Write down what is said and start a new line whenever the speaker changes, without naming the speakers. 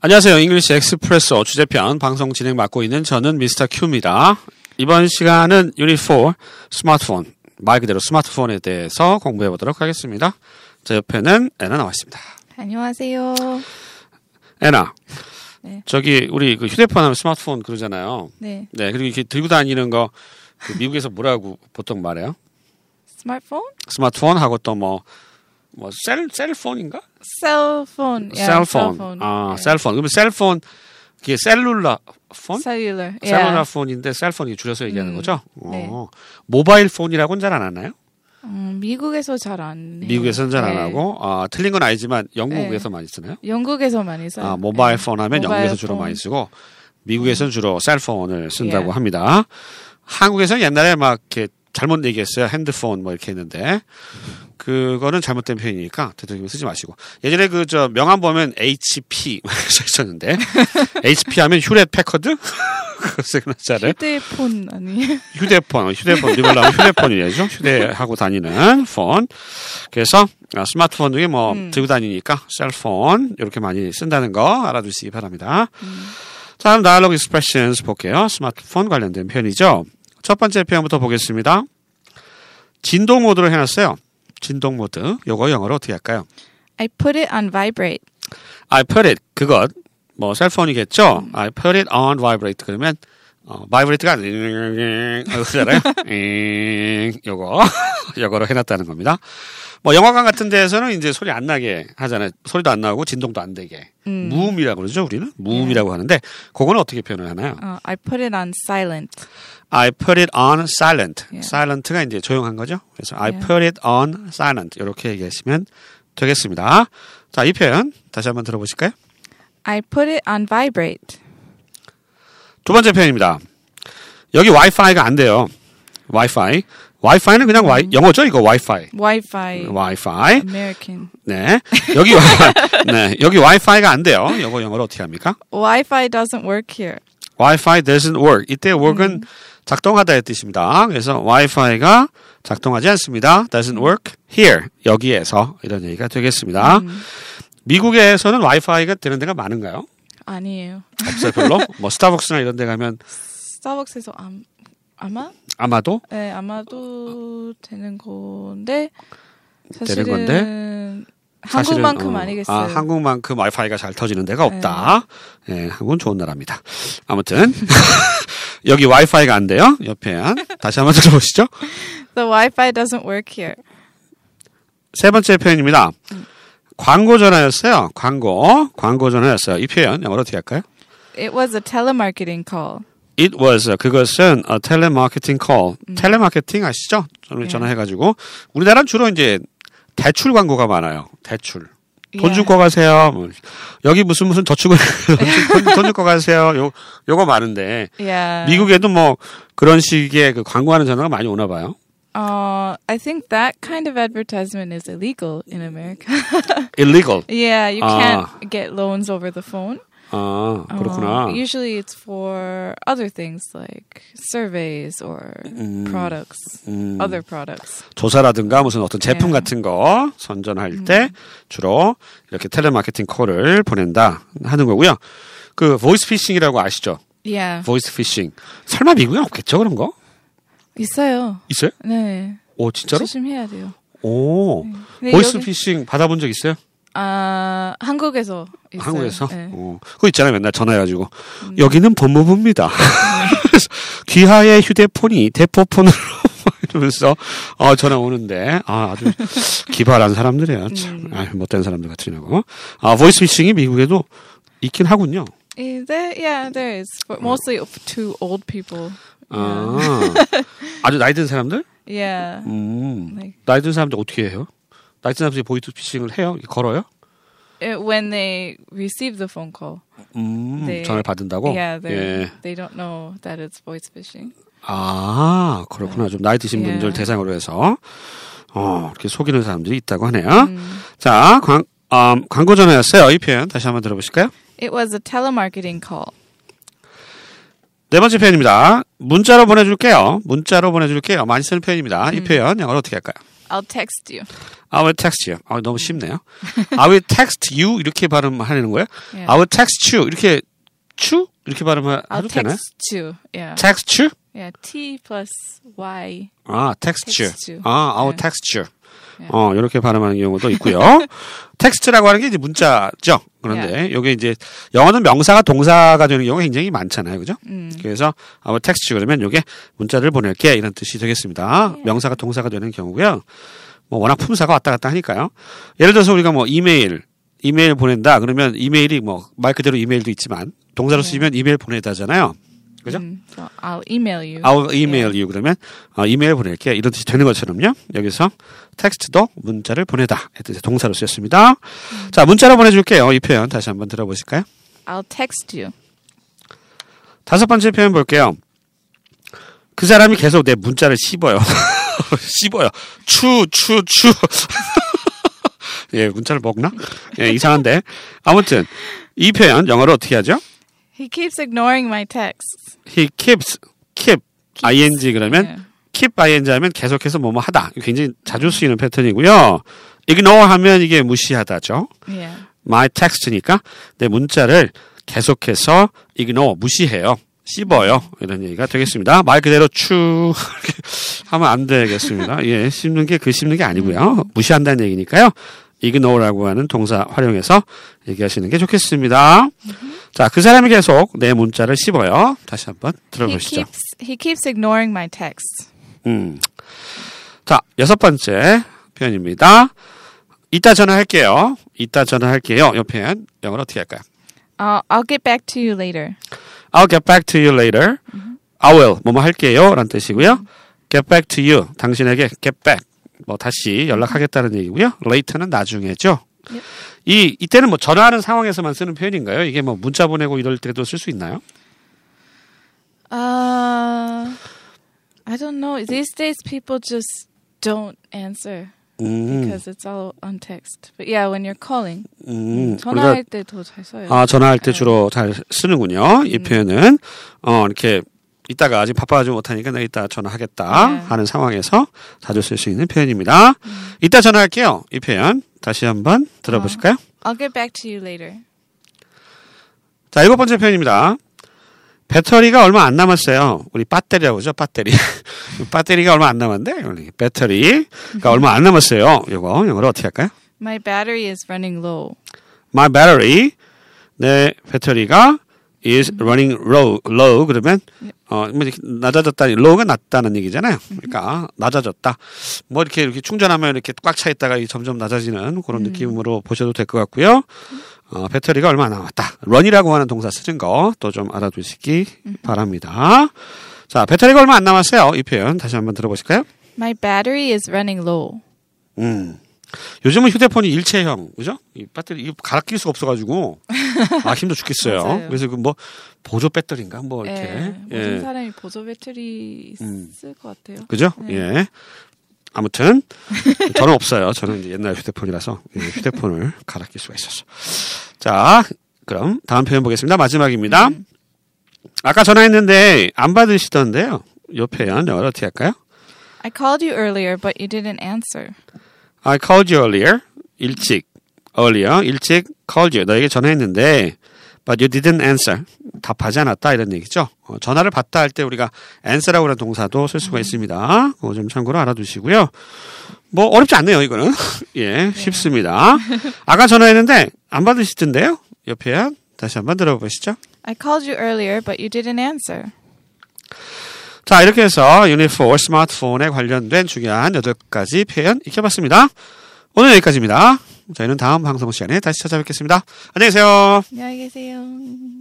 안녕하세요. 잉글리시 엑스프레소 주제편 방송 진행 맡고 있는 저는 미스터 큐입니다. 이번 시간은 유닛 4 스마트폰 말 그대로 스마트폰에 대해서 공부해 보도록 하겠습니다. 제 옆에는 애나 나와 있습니다.
안녕하세요.
애나
네.
저기 우리 그 휴대폰 하면 스마트폰 그러잖아요.
네,
네 그리고 이렇게 들고 다니는 거그 미국에서 뭐라고 보통 말해요?
스마트폰,
스마트폰 하고 또 뭐 뭐 셀 셀폰인가?
셀폰,
셀폰.
예.
아, 셀폰. 그러면 셀폰 그게 셀룰라 폰?
셀룰러,
셀룰라 폰인데 셀폰이 줄여서 얘기하는
예. 음,
거죠?
네.
어, 모바일 폰이라고는 잘 안 하나요?
음, 미국에서 잘 안 해요.
미국에서는 잘 안
네.
하고 아, 틀린 건 아니지만 영국에서 많이 쓰나요?
영국에서 많이 써요.
아, 모바일 폰 하면
네. 모바일
영국에서 주로
폰. 음.
많이 쓰고 미국에서는 주로 셀폰을 쓴다고
예.
합니다. 한국에서는 옛날에 막 이렇게 잘못 얘기했어요. 핸드폰 뭐 이렇게 했는데 그거는 잘못된 표현이니까 되도록이면 쓰지 마시고 예전에 그 저 명함 보면 HP 써 있었는데 HP 하면 휴렛 패커드 그거 생각나잖아요.
휴대폰 예. 아니에요?
휴대폰, 휴대폰, 리벨라면 휴대폰이죠. 휴대하고 다니는 폰. 그래서 아, 스마트폰 중에 뭐
음.
들고 다니니까 셀폰 이렇게 많이 쓴다는 거 알아두시기 바랍니다. 자, 다음 dialogue expressions 볼게요. 스마트폰 관련된 표현이죠. 첫 번째 표현부터 보겠습니다. 진동 모드로 해놨어요. 진동 모드. 요거 영어로 어떻게 할까요?
I put it on vibrate.
I put it 그것 뭐 셀폰이겠죠. I put it on vibrate 그러면 어, vibrate가 그잖아요. 예, 요거 요거로 해놨다는 겁니다. 뭐 영화관 같은 데에서는 이제 소리 안 나게 하잖아요. 소리도 안 나고 진동도 안 되게
음. 예.
무음이라고 그러죠. 우리는 무음이라고 하는데 그거는 어떻게 표현을 하나요?
어, I put it on silent.
I put it on silent.
예.
silent가 이제 조용한 거죠. 그래서 I
예.
put it on silent 이렇게 얘기하시면 되겠습니다. 자, 이 표현 다시 한번 들어보실까요?
I put it on vibrate.
두 번째 표현입니다. 여기 와이파이가 안 돼요. 와이파이. 와이파이는 그냥 와이, 영어죠? 이거 와이파이.
Wi-Fi.
음. 와이파이.
American.
네. 여기, 와, 네. 여기 와이파이가 안 돼요. 이거 영어로 어떻게 합니까?
Wi-Fi doesn't work here.
와이파이 doesn't work. 이때 work은 작동하다의 뜻입니다. 그래서 와이파이가 작동하지 않습니다. doesn't work here. 여기에서. 이런 얘기가 되겠습니다. 미국에서는 와이파이가 되는 데가 많은가요?
아니에요.
없어요, 별로? 뭐 스타벅스나 이런 데 가면
스타벅스에서 암, 아마
아마도
네, 아마도 되는 건데 사실은
되는 건데? 사실은,
한국만큼
어,
아니겠어요. 네.
아, 한국만큼 와이파이가 잘 터지는 데가 없다. 예, 한국은 좋은 나라입니다. 아무튼 여기 와이파이가 안 돼요. 옆에 한 다시 한번 들어보시죠.
The Wi-Fi doesn't work here.
세 번째 표현입니다. 광고 전화였어요. 광고, 광고 전화였어요. 이 표현 영어로 어떻게 할까요?
It was a telemarketing call.
It was 그것은 a telemarketing call.
음.
텔레마케팅 아시죠? 전화
예.
전화해가지고 우리나라는 주로 이제 대출 광고가 많아요. 대출. 돈
Yeah.
줄 거 가세요. 뭐, 여기 무슨 무슨 저축을 돈 줄 거 가세요. 요 요거 많은데
Yeah.
미국에도 뭐 그런 식의 그 광고하는 전화가 많이 오나 봐요.
Uh, I think that kind of advertisement is illegal in America.
illegal.
yeah, you
Ah.
can't get loans over the phone.
아
Uh,
그렇구나.
usually it's for other things like surveys or products,
음,
other products.
조사라든가 무슨 어떤 제품
예. 음.
같은 거 선전할 때 주로 이렇게 텔레마케팅 콜을 보낸다 하는 거고요. 그 보이스 피싱이라고 아시죠?
Yeah.
보이스 피싱. 설마 미국에 없겠죠 그런 거?
있어요.
있어요?
네.
오 진짜로?
조심해야 돼요.
오
근데
보이스
여기-
피싱 받아본 적 있어요?
아, 한국에서 있어요.
한국에서?
네. 음.
어, 그거 있잖아요. 맨날 전화해가지고. 여기는 법무부입니다.
네.
그래서 귀하의 휴대폰이 대포폰으로 막 이러면서 어, 전화 오는데 아, 아주 기발한 사람들이야.
음.
참. 아, 못된 사람들 같으냐고. 아, 보이스 피싱이 미국에도 있긴 하군요.
Eh, There, yeah, there is. But mostly to old people.
아,
음.
아주 나이 든 사람들?
Yeah.
음.
Like
나이 든 사람들 어떻게 해요? 나이 든 사람들이 보이스 피싱을 해요? 걸어요?
eh, when they receive the phone call.
음,
네.
전화를 받는다고?
Yeah, they
예.
they don't know that it's voice phishing.
아, 그렇구나. 좀 나이 드신
예.
분들 대상으로 해서, 어, 이렇게 속이는 사람들이 있다고 하네요.
음.
자, 광, 음, 광고 전화였어요. 이 표현 다시 한번 들어보실까요?
It was a telemarketing call.
네 번째
음.
표현입니다. 문자로 보내줄게요. 문자로 보내줄게요. 많이 쓰는 표현입니다. 이 표현 영어로 어떻게 할까요?
I'll text you.
I will text you. 아, 너무 쉽네요. I will text you 이렇게 발음하는 거예요?
예.
I will text you 이렇게 추 이렇게 발음해도
I'll
되나요?
text you. Yeah.
text you?
yeah. T plus Y.
아, text you.
Text you.
아, I will
네.
text you.
네.
어, 이렇게 발음하는 경우도 있고요. 텍스트라고 하는 게 이제 문자죠. 그런데
네.
이게 이제 영어는 명사가 동사가 되는 경우가 굉장히 많잖아요. 그죠?
음.
그래서 아마 텍스트 그러면 이게 문자를 보낼게 이런 뜻이 되겠습니다.
네.
명사가 동사가 되는 경우고요. 뭐 워낙 품사가 왔다 갔다 하니까요. 예를 들어서 우리가 뭐 이메일 이메일 보낸다 그러면 이메일이 뭐 말 그대로 이메일도 있지만 동사로
네.
쓰면 이메일 보내다잖아요. 그죠?
음. So I'll email you.
I'll email you 그러면 어, 이메일 보낼게 이런 뜻이 되는 것처럼요. 여기서 텍스트도 문자를 보내다 이제 동사로 쓰였습니다. 자 문자로 보내줄게요. 이 표현 다시 한번 들어보실까요?
I'll text you.
다섯 번째 표현 볼게요. 그 사람이 계속 내 문자를 씹어요. 씹어요. 추, 추, 추. 예, 문자를 먹나? 예, 이상한데. 아무튼, 이 표현 영어로 어떻게 하죠?
He keeps ignoring my texts.
He keeps, keep, ing 그러면
Yeah.
keep ing 하면 계속해서 뭐뭐 하다. 굉장히 자주 쓰이는 패턴이고요. ignore 하면 이게 무시하다죠.
Yeah.
my text니까 내 문자를 계속해서 ignore 무시해요. 씹어요. 이런 얘기가 되겠습니다. 말 그대로 추 이렇게 하면 안 되겠습니다. 예, 씹는 게 그 씹는 게 아니고요. 무시한다는 얘기니까요. ignore라고 하는 동사 활용해서 얘기하시는 게 좋겠습니다. 자, 그 사람이 계속 내 문자를 씹어요. 다시 한번
He
들어보시죠.
keeps he keeps ignoring my texts.
음. 자, 여섯 번째 표현입니다. 이따 전화할게요. 이따 전화할게요. 이 표현 영어로 어떻게 할까요?
I'll I'll get back to you later.
I'll get back to you later.
음.
I will 뭐뭐 할게요 라는 뜻이고요. Get back to you 당신에게 get back 뭐 다시 연락하겠다는 얘기고요. Later는 나중에죠.
Yep.
이 이때는 뭐 전화하는 상황에서만 쓰는 표현인가요? 이게 뭐 문자 보내고 이럴 때도 쓸 수 있나요?
Uh I don't know. These days people just don't answer
음,
because it's all on text. But yeah, when you're calling,
음, 우리가
전화할 때도 잘 써요.
아, 전화할 때 주로 잘 쓰는군요. 이 표현은 어 이렇게 이따가 아직 바빠하지 못하니까 내가 이따 전화하겠다
네.
하는 상황에서 자주 쓸 수 있는 표현입니다. 이따 전화할게요. 이 표현 다시 한번 들어보실까요?
I'll get back to you later.
자, 일곱 번째 표현입니다. 배터리가 얼마 안 남았어요. 우리 배터리라고 그러죠. 배터리. 배터리가 얼마 안 남았는데 우리 배터리가 얼마 안 남았어요. 이거 영어로 어떻게 할까요?
My battery is running low.
My battery. 내 배터리가 is running low. low 그러면 어, 뭐 이렇게 낮아졌다니 low가 낮다는 얘기잖아요. 그러니까 낮아졌다. 뭐 이렇게 이렇게 충전하면 이렇게 꽉 차 있다가 이 점점 낮아지는 그런 느낌으로 보셔도 될 것 같고요. 어, 배터리가 얼마 남았다. run이라고 하는 동사 쓰는 거 또 좀 알아두시기 바랍니다. 자, 배터리가 얼마 안 남았어요. 이 표현 다시 한번 들어보실까요?
My battery is running low.
음. 요즘은 휴대폰이 일체형, 그죠? 이 배터리, 이거 갈아 낄 수가 없어가지고. 아, 힘도 죽겠어요.
맞아요.
그래서 그 뭐, 보조 배터리인가? 뭐, 이렇게.
예, 모든
예.
사람이 보조 배터리
음.
쓸 것 같아요.
그죠?
네.
예. 아무튼, 저는 없어요. 저는 이제 옛날 휴대폰이라서 예, 휴대폰을 갈아 낄 수가 있었어. 자, 그럼 다음 표현 보겠습니다. 마지막입니다.
음.
아까 전화했는데 안 받으시던데요. 요 표현 영어로 어떻게 할까요?
I called you earlier, but you didn't answer.
I called you earlier. 일찍. earlier. 일찍 called you. 너에게 전화했는데 but you didn't answer. 답하지 않았다 이런 얘기죠. 어, 전화를 받다 할 때 우리가 answer라고 하는 동사도 쓸 수가 있습니다. 그거 좀 참고로 알아두시고요. 뭐 어렵지 않네요, 이거는. 예, 쉽습니다. 아까 전화했는데 안 받으시던데요? 옆에 다시 한번 들어보시죠.
I called you earlier, but you didn't answer.
자, 이렇게 해서 유니포 스마트폰에 관련된 중요한 8가지 표현 익혀봤습니다. 오늘 여기까지입니다. 저희는 다음 방송 시간에 다시 찾아뵙겠습니다. 안녕히 계세요.
안녕히 계세요.